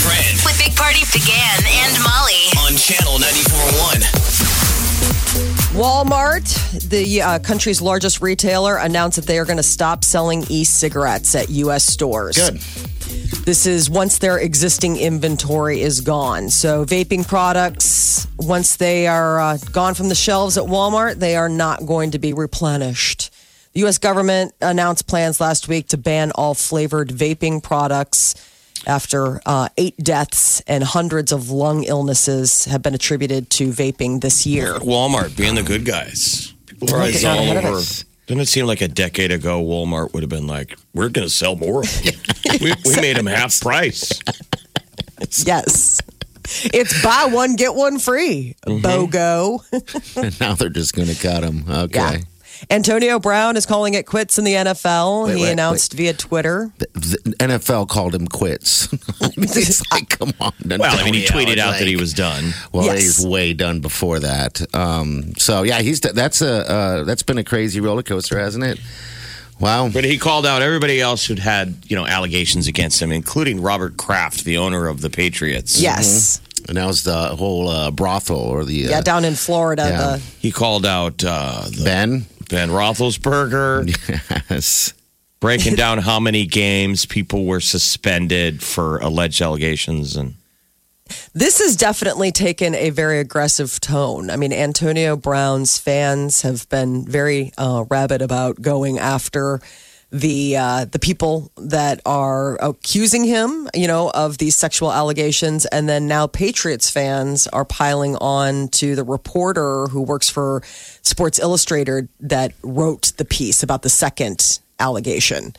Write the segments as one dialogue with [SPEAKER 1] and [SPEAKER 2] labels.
[SPEAKER 1] trend
[SPEAKER 2] With Big Party began and Molly.
[SPEAKER 1] on channel 94.1.
[SPEAKER 3] Walmart, the uh, country's largest retailer, announced that they are going to stop selling e cigarettes at U.S. stores.
[SPEAKER 4] Good.
[SPEAKER 3] This is once their existing inventory is gone. So, vaping products, once they are uh, gone from the shelves at Walmart, they are not going to be replenished. The U.S. government announced plans last week to ban all flavored vaping products after uh, eight deaths and hundreds of lung illnesses have been attributed to vaping this year.
[SPEAKER 4] Walmart being the good guys. People are
[SPEAKER 3] Look
[SPEAKER 4] eyes
[SPEAKER 3] at that
[SPEAKER 4] all
[SPEAKER 3] ahead of
[SPEAKER 4] over.
[SPEAKER 3] us.
[SPEAKER 4] Doesn't it seem like a decade ago Walmart would have been like, "We're going to sell more of them. we, we made them half price."
[SPEAKER 3] Yes. It's buy one, get one free.
[SPEAKER 5] Mm-hmm.
[SPEAKER 3] BOGO.
[SPEAKER 5] now they're just going to cut him. Okay.
[SPEAKER 3] Yeah. Antonio Brown is calling it quits in the NFL.
[SPEAKER 5] Wait,
[SPEAKER 3] he
[SPEAKER 5] wait,
[SPEAKER 3] announced via Twitter.
[SPEAKER 5] The NFL called him quits. it's like, come on.
[SPEAKER 4] Well, I mean, he
[SPEAKER 5] Antonio,
[SPEAKER 4] tweeted out that he
[SPEAKER 5] like-
[SPEAKER 4] was done.
[SPEAKER 5] Well,
[SPEAKER 3] Yes.
[SPEAKER 5] he's way done before that. Um, so yeah, he's that's a uh, that's been a crazy roller coaster, hasn't it? Wow.
[SPEAKER 4] But he called out everybody else who'd had, you know, allegations against him, including Robert Kraft, the owner of the Patriots.
[SPEAKER 3] Yes.
[SPEAKER 5] And that was the whole uh, brothel or the uh,
[SPEAKER 3] Yeah, down in Florida.
[SPEAKER 5] Yeah.
[SPEAKER 3] The,
[SPEAKER 4] He called out uh, the
[SPEAKER 5] Ben.
[SPEAKER 4] Ben Roethlisberger,
[SPEAKER 5] Yes.
[SPEAKER 4] breaking down how many games people were suspended for alleged allegations. And
[SPEAKER 3] this has definitely taken a very aggressive tone. I mean, Antonio Brown's fans have been very uh, rabid about going after the uh, the people that are accusing him, you know, of these sexual allegations, and then now Patriots fans are piling on to the reporter who works for Sports Illustrated that wrote the piece about the second allegation.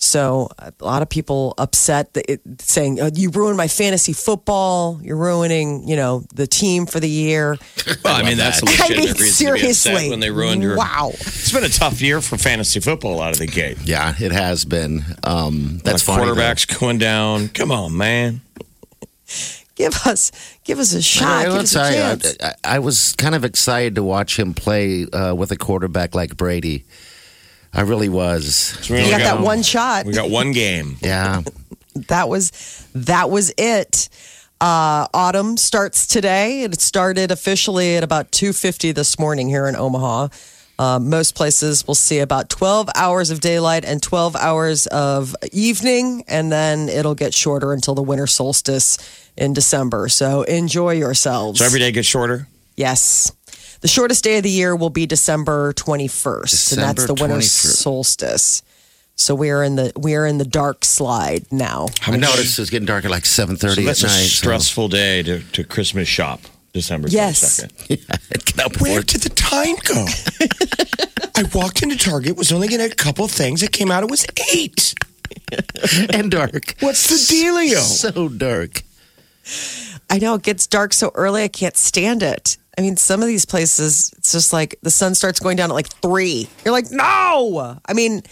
[SPEAKER 3] So a lot of people upset that it, saying oh, you ruined my fantasy football. You're ruining, you know, the team for the year.
[SPEAKER 4] well, I, mean, that's a
[SPEAKER 3] I
[SPEAKER 4] legitimate
[SPEAKER 3] mean,
[SPEAKER 4] reason to be upset
[SPEAKER 3] seriously,
[SPEAKER 4] when they ruined your.
[SPEAKER 3] wow.
[SPEAKER 4] It's been a tough year for fantasy football out of the gate.
[SPEAKER 5] Yeah, it has been. Um, that's
[SPEAKER 4] Like,
[SPEAKER 5] funny. though.
[SPEAKER 4] quarterbacks going down. Come on, man.
[SPEAKER 3] Give us, give us a shot.
[SPEAKER 5] Hey,
[SPEAKER 3] give
[SPEAKER 5] let's
[SPEAKER 3] us a
[SPEAKER 5] say, I,
[SPEAKER 3] chance.
[SPEAKER 5] I, I was kind of excited to watch him play uh, with a quarterback like Brady. I really was.
[SPEAKER 4] So we
[SPEAKER 3] you
[SPEAKER 4] only
[SPEAKER 3] got that one shot.
[SPEAKER 4] We got one game.
[SPEAKER 5] Yeah.
[SPEAKER 3] that was that was it. Uh, autumn starts today. It started officially at about two fifty this morning here in Omaha. Uh, most places will see about twelve hours of daylight and twelve hours of evening, and then it'll get shorter until the winter solstice in December. So enjoy yourselves.
[SPEAKER 4] So every day gets shorter.
[SPEAKER 3] yes. The shortest day of the year will be December 21st, and that's the
[SPEAKER 5] December
[SPEAKER 3] winter
[SPEAKER 5] 21st.
[SPEAKER 3] solstice. So we're in the we're in the dark slide now.
[SPEAKER 5] I noticed it's getting dark at like 7.30
[SPEAKER 4] So that's
[SPEAKER 5] at
[SPEAKER 4] a
[SPEAKER 5] night.
[SPEAKER 4] stressful day to, to Christmas shop, December
[SPEAKER 3] Yes.
[SPEAKER 4] 22nd.
[SPEAKER 5] Get up
[SPEAKER 4] Where
[SPEAKER 5] for
[SPEAKER 4] did the time go? I walked into Target, was only getting a couple things. It came out, it was eight.
[SPEAKER 5] it. and dark.
[SPEAKER 4] What's the dealio?
[SPEAKER 5] So dark.
[SPEAKER 3] I know it gets dark so early. I can't stand it. I mean, some of these places, it's just like the sun starts going down at like three. You're like, no. I mean,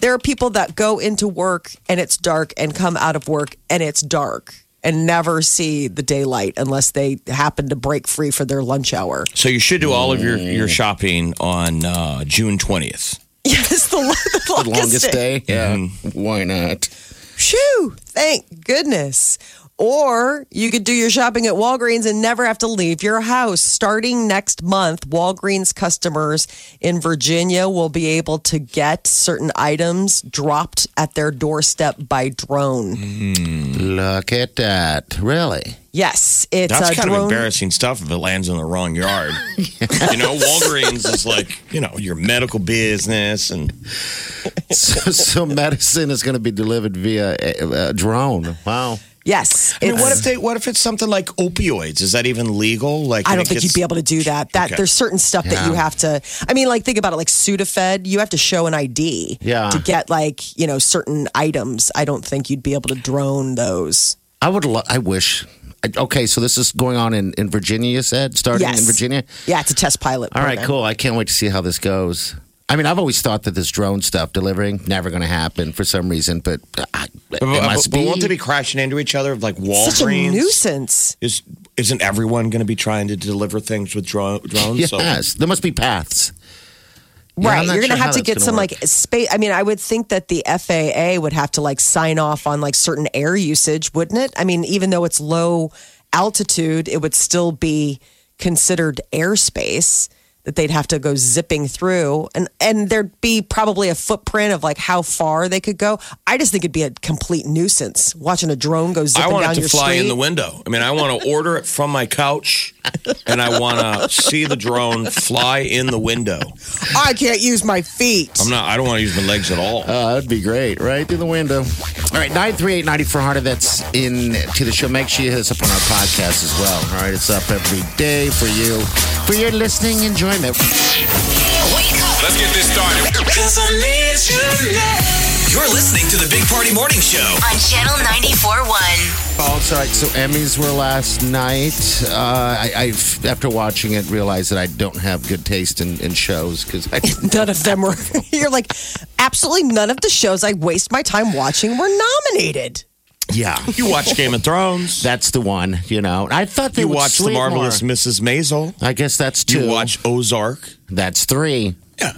[SPEAKER 3] there are people that go into work and it's dark and come out of work and it's dark and never see the daylight unless they happen to break free for their lunch hour.
[SPEAKER 4] So you should do all of your, your shopping on uh, June 20th.
[SPEAKER 3] Yes, the, the,
[SPEAKER 5] The longest day? Yeah.
[SPEAKER 4] Mm-hmm.
[SPEAKER 5] Why not?
[SPEAKER 3] Phew, thank goodness. Or you could do your shopping at Walgreens and never have to leave your house. Starting next month, Walgreens customers in Virginia will be able to get certain items dropped at their doorstep by drone.
[SPEAKER 4] Mm.
[SPEAKER 5] Look at that. Really?
[SPEAKER 3] Yes, it's
[SPEAKER 4] That's
[SPEAKER 3] a
[SPEAKER 4] kind of
[SPEAKER 3] drone.
[SPEAKER 4] embarrassing stuff if it lands in the wrong yard. You know, Walgreens is like, you know, your medical business and
[SPEAKER 5] so, so medicine is going to be delivered via a, a drone. Wow.
[SPEAKER 3] yes,
[SPEAKER 4] I mean,
[SPEAKER 3] it's-
[SPEAKER 4] what if they? What if it's something like opioids? Is that even legal? Like,
[SPEAKER 3] I
[SPEAKER 4] and
[SPEAKER 3] don't
[SPEAKER 4] it
[SPEAKER 3] think
[SPEAKER 4] gets-
[SPEAKER 3] you'd be able to do that. That
[SPEAKER 4] Okay.
[SPEAKER 3] there's certain stuff that you
[SPEAKER 5] Yeah.
[SPEAKER 3] have to. I mean, like think about it. Like Sudafed, you have to show an ID
[SPEAKER 5] Yeah.
[SPEAKER 3] to get like you know certain items. I don't think you'd be able to drone those.
[SPEAKER 5] I would. Lo- I wish okay, so this is going on in, in Virginia, you said? Starting
[SPEAKER 3] yes.
[SPEAKER 5] in Virginia?
[SPEAKER 3] Yeah, it's a test pilot.
[SPEAKER 5] All right,
[SPEAKER 3] program.
[SPEAKER 5] cool. I can't wait to see how this goes. I mean, I've always thought that this drone stuff delivering never going to happen for some reason, but I, it
[SPEAKER 4] But, but,
[SPEAKER 5] must
[SPEAKER 4] but won't
[SPEAKER 5] be.
[SPEAKER 4] they be crashing into each other? Like
[SPEAKER 3] Such a
[SPEAKER 4] Walgreens
[SPEAKER 3] nuisance.
[SPEAKER 4] is isn't everyone going to be trying to deliver things with dro- drones?
[SPEAKER 5] yes,
[SPEAKER 4] So
[SPEAKER 5] there must be paths. Yeah,
[SPEAKER 3] Right.
[SPEAKER 5] I'm not
[SPEAKER 3] You're going to
[SPEAKER 5] sure
[SPEAKER 3] have
[SPEAKER 5] how
[SPEAKER 3] to get
[SPEAKER 5] that's
[SPEAKER 3] some
[SPEAKER 5] gonna
[SPEAKER 3] like space. I mean, I would think that the FAA would have to like sign off on like certain air usage, wouldn't it? I mean, even though it's low altitude, it would still be considered airspace that they'd have to go zipping through and and there'd be probably a footprint of like how far they could go. I just think it'd be a complete nuisance watching a drone go zipping
[SPEAKER 4] I
[SPEAKER 3] down
[SPEAKER 4] want it to
[SPEAKER 3] your
[SPEAKER 4] fly
[SPEAKER 3] street.
[SPEAKER 4] in the window. I mean, I want to order it from my couch, and I want to see the drone fly in the window.
[SPEAKER 3] I can't use my feet.
[SPEAKER 4] I'm not. I don't want to use my legs at all.
[SPEAKER 5] Uh, that'd be great, right through the window. All right, 938-9400, that's in to the show. Make sure you hit us up on our podcast as well. All right, it's up every day for you, for your listening enjoyment.
[SPEAKER 2] Wake up
[SPEAKER 1] Let's get this started. You're listening to the Big Party Morning Show.
[SPEAKER 2] on Channel 94.1.
[SPEAKER 5] All right, so Emmys were last night. Uh, I, I, after watching it, realized that I don't have good taste in, in shows because I
[SPEAKER 3] none of them were. You're like, absolutely none of the shows I waste my time watching were nominated.
[SPEAKER 5] Yeah,
[SPEAKER 4] You watch Game of Thrones.
[SPEAKER 5] that's the one. You know, I thought they
[SPEAKER 4] you
[SPEAKER 5] would
[SPEAKER 4] watch The
[SPEAKER 5] sleep
[SPEAKER 4] Marvelous
[SPEAKER 5] more.
[SPEAKER 4] Mrs. Maisel.
[SPEAKER 5] I guess that's two.
[SPEAKER 4] You watch Ozark.
[SPEAKER 5] that's three.
[SPEAKER 4] Yeah.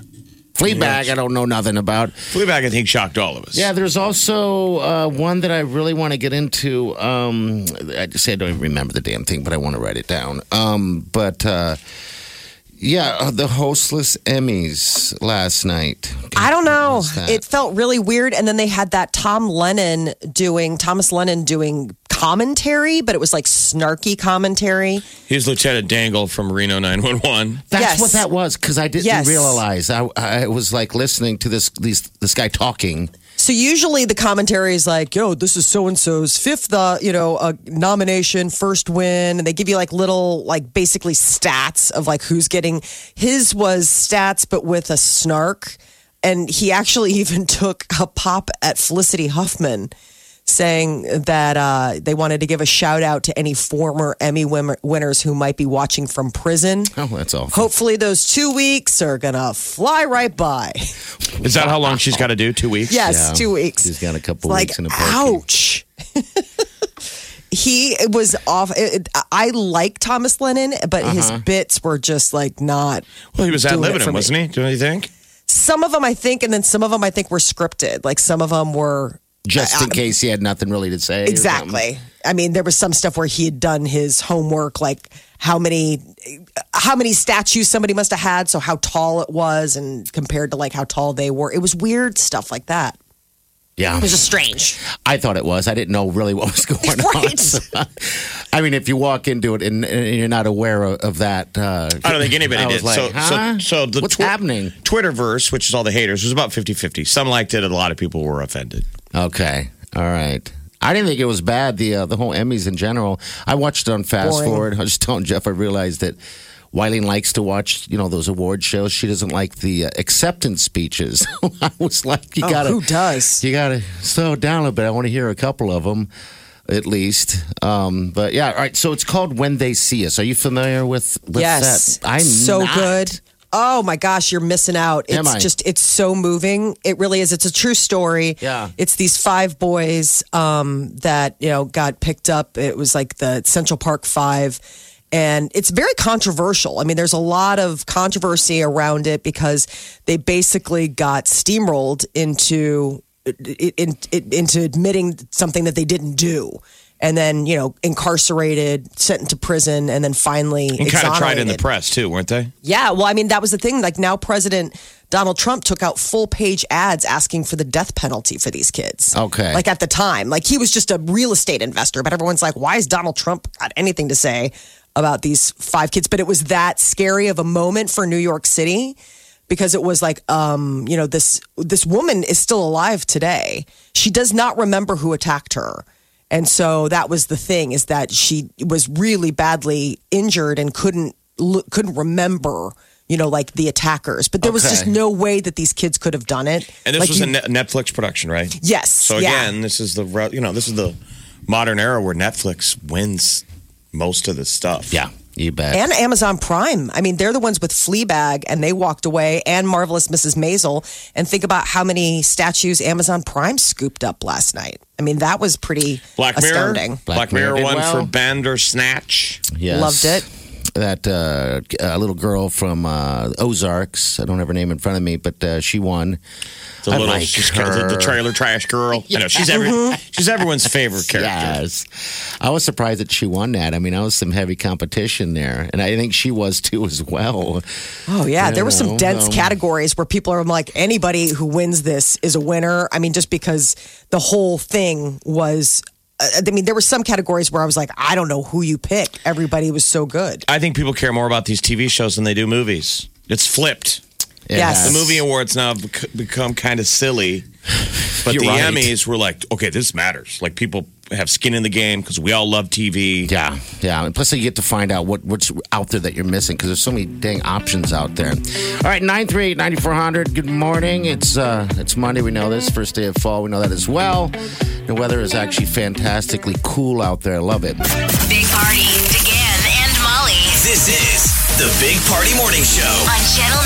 [SPEAKER 5] Fleabag, I don't know nothing about.
[SPEAKER 4] Fleabag, I think, shocked all of us.
[SPEAKER 5] Yeah, there's also uh, one that I really want to get into. Um, I just say I don't even remember the damn thing, but I want to write it down. Um, but uh, yeah, uh, the hostless Emmys last night.
[SPEAKER 3] I don't know.
[SPEAKER 5] What was that?
[SPEAKER 3] It felt really weird. And then they had that Tom Lennon doing, Thomas Lennon doing commentary, but it was like snarky commentary.
[SPEAKER 4] Here's Lieutenant Dangle from Reno 911.
[SPEAKER 5] That's
[SPEAKER 3] Yes.
[SPEAKER 5] what that was because I didn't
[SPEAKER 3] Yes.
[SPEAKER 5] realize. I, I was like listening to this these, this guy talking.
[SPEAKER 3] So usually the commentary is like, yo, this is so and so's fifth, uh, you know, uh, nomination, first win, and they give you like little, like basically stats of like who's getting. His was stats, but with a snark, and he actually even took a pop at Felicity Huffman, saying that uh, they wanted to give a shout out to any former Emmy win- winners who might be watching from prison.
[SPEAKER 5] Oh, that's awful.
[SPEAKER 3] Hopefully, those two weeks are gonna fly right by.
[SPEAKER 4] Is that how long she's got to do? Two weeks?
[SPEAKER 3] Yes,
[SPEAKER 5] Yeah.
[SPEAKER 3] two weeks.
[SPEAKER 5] She's got a couple
[SPEAKER 3] like,
[SPEAKER 5] weeks in the parking.
[SPEAKER 3] ouch. he was off. It, it- I like Thomas Lennon, but his
[SPEAKER 5] Uh-huh.
[SPEAKER 3] bits were just like not.
[SPEAKER 4] Well, he was
[SPEAKER 3] doing
[SPEAKER 4] ad
[SPEAKER 3] it
[SPEAKER 4] libbing
[SPEAKER 3] for
[SPEAKER 4] him,
[SPEAKER 3] me.
[SPEAKER 4] wasn't he? Don't you think?
[SPEAKER 3] Some of them I think, and then some of them I think were scripted. Like some of them were
[SPEAKER 5] Just in case he had nothing really to say. or something.
[SPEAKER 3] exactly. I mean, there was some stuff where he had done his homework, like how many how many statues somebody must have had, so how tall it was, and compared to like how tall they were. It was weird stuff like that.
[SPEAKER 5] Yeah.
[SPEAKER 3] It was just strange.
[SPEAKER 5] I thought it was. I didn't know really what was going on.
[SPEAKER 3] Right.
[SPEAKER 5] So, I mean, if you walk into it and, and you're not aware of, of that, uh,
[SPEAKER 4] I don't think anybody
[SPEAKER 5] I was
[SPEAKER 4] did.
[SPEAKER 5] Like,
[SPEAKER 4] so,
[SPEAKER 5] huh?
[SPEAKER 4] so, so the
[SPEAKER 5] what's
[SPEAKER 4] twi-
[SPEAKER 5] happening?
[SPEAKER 4] Twitterverse, which is all the haters, was about 50 50. Some liked it, and a lot of people were offended.
[SPEAKER 5] Okay, all right. I didn't think it was bad. The uh, the whole Emmys in general. I watched it on fast
[SPEAKER 3] Boring.
[SPEAKER 5] forward. I was just telling Jeff I realized that Wileen likes to watch you know those award shows. She doesn't like the uh, acceptance speeches. I was like, you
[SPEAKER 3] Oh,
[SPEAKER 5] gotta
[SPEAKER 3] who does?
[SPEAKER 5] you gotta slow it down a bit. I want to hear a couple of them. At least, um, but yeah, all right. So it's called "When They See Us." Are you familiar with, with
[SPEAKER 3] yes,
[SPEAKER 5] that? I'm
[SPEAKER 3] so
[SPEAKER 5] not.
[SPEAKER 3] good. Oh my gosh, you're missing out. It's
[SPEAKER 5] Am I?
[SPEAKER 3] just it's so moving. It really is. It's a true story.
[SPEAKER 5] Yeah.
[SPEAKER 3] It's these five boys um that, you know, got picked up. It was like the Central Park 5 and it's very controversial. I mean, there's a lot of controversy around it because they basically got steamrolled into in, in, into admitting something that they didn't do. And then, you know, incarcerated, sent into prison, and then finally
[SPEAKER 4] And kind of tried in the
[SPEAKER 3] exonerated.
[SPEAKER 4] press, too, weren't they?
[SPEAKER 3] Yeah, well, I mean, that was the thing. Like now, President Donald Trump took out full page ads asking for the death penalty for these kids.
[SPEAKER 5] Okay.
[SPEAKER 3] Like at the time, like he was just a real estate investor, but everyone's like, why is Donald Trump got anything to say about these five kids? But it was that scary of a moment for New York City because it was like, um, you know, this this woman is still alive today. She does not remember who attacked her. And so that was the thing is that she was really badly injured and couldn't l- couldn't remember, you know, like the attackers. But there was just
[SPEAKER 5] Okay.
[SPEAKER 3] no way that these kids could have done it.
[SPEAKER 4] And this
[SPEAKER 3] Like
[SPEAKER 4] was
[SPEAKER 3] you-
[SPEAKER 4] a Net- Netflix production, right?
[SPEAKER 3] yes.
[SPEAKER 4] So
[SPEAKER 3] yeah.
[SPEAKER 4] again, this is the re- you know this is the modern era where Netflix wins most of the stuff.
[SPEAKER 5] Yeah, you bet.
[SPEAKER 3] and Amazon Prime. I mean, they're the ones with Fleabag, and they walked away, and Marvelous Mrs. Maisel. And think about how many statues Amazon Prime scooped up last night. I mean, that was pretty
[SPEAKER 4] Black Mirror.
[SPEAKER 3] astounding.
[SPEAKER 4] Black, Mirror,
[SPEAKER 5] did
[SPEAKER 4] one
[SPEAKER 5] well.
[SPEAKER 4] for Bandersnatch.
[SPEAKER 5] Yes.
[SPEAKER 3] Loved it.
[SPEAKER 5] That uh, a little girl from uh, Ozarks. I don't have her name in front of me, but uh, she won.
[SPEAKER 4] The
[SPEAKER 5] I
[SPEAKER 4] little
[SPEAKER 5] like
[SPEAKER 4] she's kind of the, the
[SPEAKER 5] her. Mm-hmm.
[SPEAKER 4] trailer trash girl. I know she's every, she's everyone's favorite character.
[SPEAKER 5] Yes, I was surprised that she won that. I mean, I was some heavy competition there, and I think she was too as well.
[SPEAKER 3] Oh yeah, there were some
[SPEAKER 5] know,
[SPEAKER 3] dense
[SPEAKER 5] um,
[SPEAKER 3] categories where people are like, anybody who wins this is a winner. I mean, just because the whole thing was. uh, I mean, there were some categories where I was like, I don't know who you pick. Everybody was so good.
[SPEAKER 4] I think people care more about these TV shows than they do movies. It's flipped.
[SPEAKER 5] It
[SPEAKER 3] Yes.
[SPEAKER 4] The
[SPEAKER 5] has.
[SPEAKER 4] movie awards now have bec- become kind of silly, but
[SPEAKER 5] You're
[SPEAKER 4] the
[SPEAKER 5] right.
[SPEAKER 4] Emmys were like, okay, this matters. Like people have skin in the game because we all love TV.
[SPEAKER 5] Yeah, yeah. And plus, you get to find out what what's out there that you're missing because there's so many dang options out there. All right, nine three eight ninety four hundred. Good morning. It's uh, it's Monday. We know this first day of fall. We know that as well. The weather is actually fantastically cool out there. I love it.
[SPEAKER 2] Big Party, DeGan and Molly
[SPEAKER 1] This is the Big Party Morning Show.
[SPEAKER 2] on Channel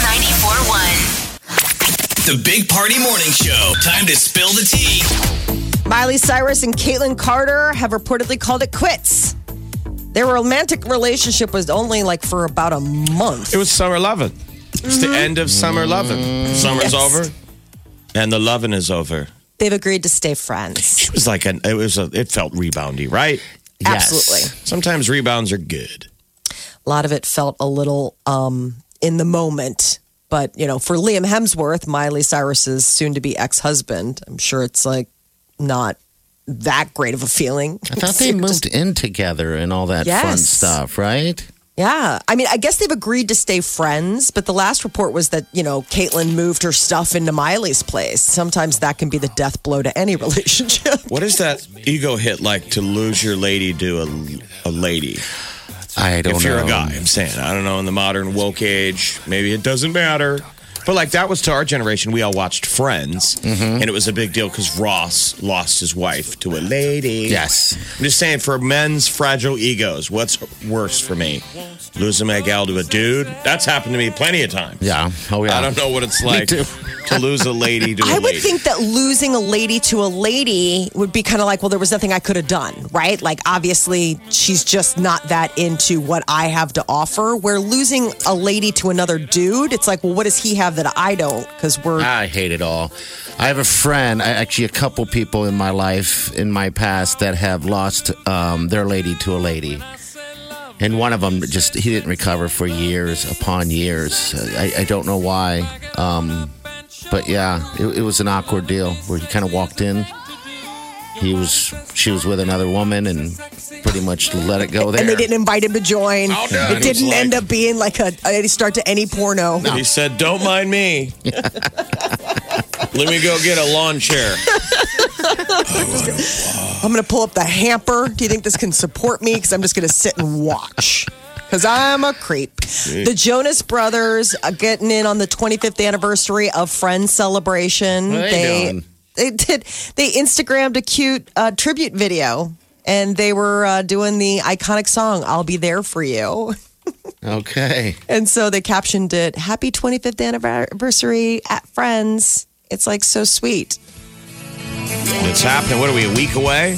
[SPEAKER 2] 94.1.
[SPEAKER 1] The Big Party Morning Show. Time to spill the tea.
[SPEAKER 3] Miley Cyrus and Caitlyn Carter have reportedly called it quits. Their romantic relationship was only like for about a month.
[SPEAKER 4] It was summer loving. It's
[SPEAKER 5] Mm-hmm.
[SPEAKER 4] the end of summer loving. Summer's
[SPEAKER 3] Yes.
[SPEAKER 4] over, and the loving is over.
[SPEAKER 3] They've agreed to stay friends.
[SPEAKER 4] It was like an it was a it felt reboundy, right?
[SPEAKER 3] Absolutely.
[SPEAKER 4] Sometimes rebounds are good.
[SPEAKER 3] A lot of it felt a little um, in the moment. But, you know, for Liam Hemsworth, Miley Cyrus's soon to be ex husband, I'm sure it's like not that great of a feeling.
[SPEAKER 5] I thought they moved in together and all that fun
[SPEAKER 3] Yes.
[SPEAKER 5] stuff, right?
[SPEAKER 3] Yeah. I mean, I guess they've agreed to stay friends, but the last report was that, you know, Caitlyn moved her stuff into Miley's place. Sometimes that can be the death blow to any relationship.
[SPEAKER 4] What is that ego hit like to lose your lady to a, a lady?
[SPEAKER 5] I don't
[SPEAKER 4] if
[SPEAKER 5] know.
[SPEAKER 4] you're a guy, I'm saying. I don't know, in the modern woke age, maybe it doesn't matter. But like that was to our generation. We all watched Friends,
[SPEAKER 5] Mm-hmm.
[SPEAKER 4] and it was a big deal because Ross lost his wife to a lady.
[SPEAKER 5] Yes.
[SPEAKER 4] I'm just saying, for men's fragile egos, what's worse for me? Losing my gal to a dude? That's happened to me plenty of times.
[SPEAKER 5] Yeah. Oh yeah.
[SPEAKER 4] I don't know what it's
[SPEAKER 5] Me
[SPEAKER 4] like
[SPEAKER 5] too.
[SPEAKER 4] to lose a lady to a
[SPEAKER 3] I
[SPEAKER 4] lady.
[SPEAKER 3] would think that losing a lady to a lady would be kind of like, well, there was nothing I could have done, right? Like, obviously, she's just not that into what I have to offer. Where losing a lady to another dude, it's like, well, what does he have that I don't? Because we're.
[SPEAKER 5] I hate it all. I have a friend, I- actually, a couple people in my life, in my past, that have lost um, their lady to a lady. And one of them just, he didn't recover for years upon years. I, I don't know why. Um, but yeah, it, it was an awkward deal where he kind of walked in. He was, she was with another woman and pretty much let it go there.
[SPEAKER 3] and they didn't invite him to join.
[SPEAKER 4] All done.
[SPEAKER 3] It didn't
[SPEAKER 4] It's like-
[SPEAKER 3] end up being like a, a start to any porno.
[SPEAKER 4] He said, Don't mind me. Let me go get a lawn chair.
[SPEAKER 3] I'm going to pull up the hamper. Do you think this can support me? Because I'm just going to sit and watch. Because I'm a creep. The Jonas Brothers are getting in on the 25th anniversary of Friends celebration.
[SPEAKER 5] What are they doing?
[SPEAKER 3] they did. They Instagrammed a cute uh, tribute video, and they were uh, doing the iconic song "I'll Be There for You."
[SPEAKER 5] Okay.
[SPEAKER 3] And so they captioned it Happy 25th anniversary at Friends. It's like so sweet.
[SPEAKER 4] It's happening. What are we, a week away?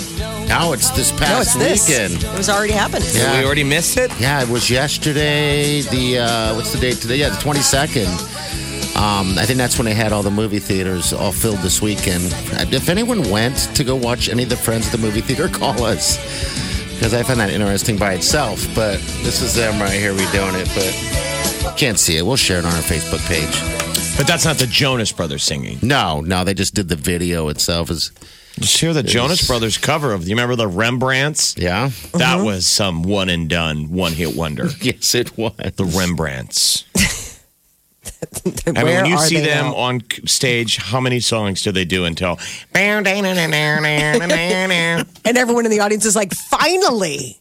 [SPEAKER 5] Now it's this past weekend.
[SPEAKER 3] It was already happening.
[SPEAKER 5] Yeah.
[SPEAKER 4] We already missed it?
[SPEAKER 5] Yeah, it was yesterday. The uh, what's the date today? Yeah, the twenty second. Um, I think that's when they had all the movie theaters all filled this weekend. If anyone went to go watch any of the Friends at the movie theater, call us because I find that interesting by itself. But this is them right here redoing it. But can't see it. We'll share it on our Facebook page.
[SPEAKER 4] But that's not the Jonas Brothers singing.
[SPEAKER 5] No, no, they just did the video itself. Is
[SPEAKER 4] Just hear the Jonas
[SPEAKER 5] is.
[SPEAKER 4] Brothers cover of. You remember the Rembrandts?
[SPEAKER 5] yeah,
[SPEAKER 4] That was some one and done, one hit wonder.
[SPEAKER 5] yes, it was.
[SPEAKER 4] The Rembrandts. I mean, when you see them on c- stage, how many songs do they do until?
[SPEAKER 3] And everyone in the audience is like, finally.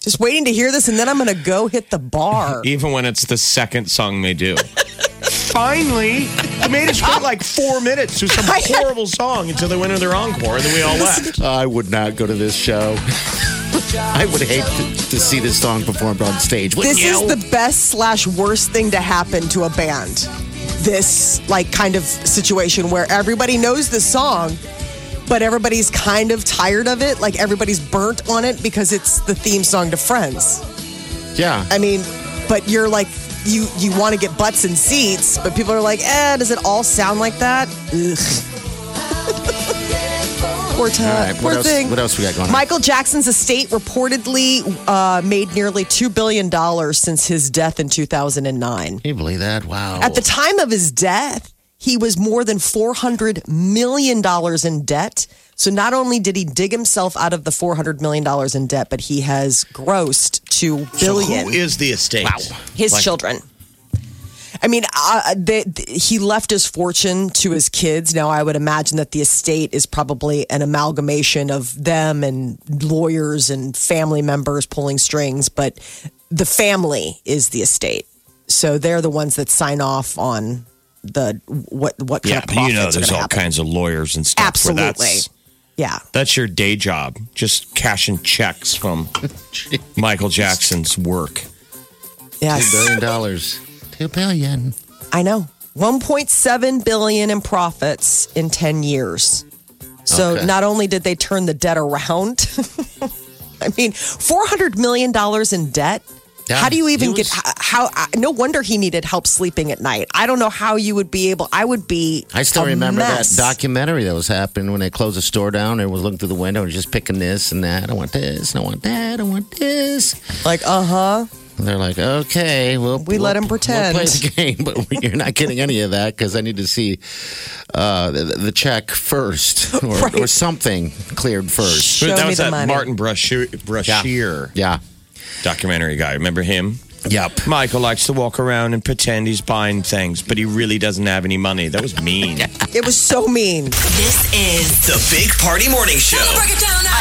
[SPEAKER 3] Just waiting to hear this, and then I'm going to go hit the bar.
[SPEAKER 4] Even when it's the second song they do. Finally, they made us wait like four minutes to some horrible song until they went to their encore, and then we all left.
[SPEAKER 5] I would not go to this show. I would hate to, to see this song performed on stage. wouldn't
[SPEAKER 3] This
[SPEAKER 5] you?
[SPEAKER 3] is the best slash worst thing to happen to a band. This like kind of situation where everybody knows the song, but everybody's kind of tired of it. Like everybody's burnt on it because it's the theme song to Friends.
[SPEAKER 5] yeah.
[SPEAKER 3] I mean, but you're like you you want to get butts and seats, but people are like, eh, does it all sound like that? Ugh. Poor, t-
[SPEAKER 5] All right, what
[SPEAKER 3] poor
[SPEAKER 5] else-
[SPEAKER 3] thing.
[SPEAKER 5] what else we got going on?
[SPEAKER 3] Michael Jackson's estate reportedly uh, made nearly two billion dollars since his death in 2009.
[SPEAKER 5] Can you believe that? Wow.
[SPEAKER 3] At the time of his death, he was more than 400 million dollars in debt. So not only did he dig himself out of the 400 million dollars in debt, but he has grossed two billion
[SPEAKER 4] Who is the estate? Wow.
[SPEAKER 3] his children. I mean, uh, they, th- he left his fortune to his kids. Now, I would imagine that the estate is probably an amalgamation of them and lawyers and family members pulling strings, but the family is the estate. So they're the ones that sign off on the what what kind
[SPEAKER 4] Yeah,
[SPEAKER 3] of
[SPEAKER 4] but you
[SPEAKER 3] profits
[SPEAKER 4] know,
[SPEAKER 3] are
[SPEAKER 4] there's
[SPEAKER 3] gonna
[SPEAKER 4] all
[SPEAKER 3] happen.
[SPEAKER 4] kinds of lawyers and stuff. where
[SPEAKER 3] absolutely,
[SPEAKER 4] that's,
[SPEAKER 3] yeah.
[SPEAKER 4] that's your day job, just cashing checks from Michael Jackson's work.
[SPEAKER 5] Two
[SPEAKER 3] Yes,
[SPEAKER 5] billion dollars. Two billion.
[SPEAKER 3] I know. 1.7 billion in profits in 10 years. So
[SPEAKER 5] Okay.
[SPEAKER 3] not only did they turn the debt around, I mean, 400 million dollars in debt.
[SPEAKER 5] Yeah,
[SPEAKER 3] how do you even
[SPEAKER 5] he
[SPEAKER 3] get
[SPEAKER 5] was-
[SPEAKER 3] h- how, I no wonder he needed help sleeping at night. I don't know how you would be able I would be
[SPEAKER 5] I still
[SPEAKER 3] a
[SPEAKER 5] remember
[SPEAKER 3] mess.
[SPEAKER 5] that documentary that was happening when they closed the store down. Everyone was looking through the window and just picking this and that. I want this. And I want that. I want this.
[SPEAKER 3] Like, uh-huh.
[SPEAKER 5] And they're like, okay, well,
[SPEAKER 3] We let 'em pretend.
[SPEAKER 5] We'll play the game, but we- you're not getting any of that because I need to see uh, the, the check first or, or something cleared first.
[SPEAKER 3] Show
[SPEAKER 4] that
[SPEAKER 3] me
[SPEAKER 4] was
[SPEAKER 3] the
[SPEAKER 4] that
[SPEAKER 3] money.
[SPEAKER 4] Martin Brashear, Brashear
[SPEAKER 5] Yeah.
[SPEAKER 4] documentary guy. Remember him?
[SPEAKER 5] Yep.
[SPEAKER 4] Michael likes to walk around and pretend he's buying things, but he really doesn't have any money. That was mean.
[SPEAKER 3] It was so mean.
[SPEAKER 2] This is
[SPEAKER 1] The Big Party Morning Show.
[SPEAKER 2] Break It Down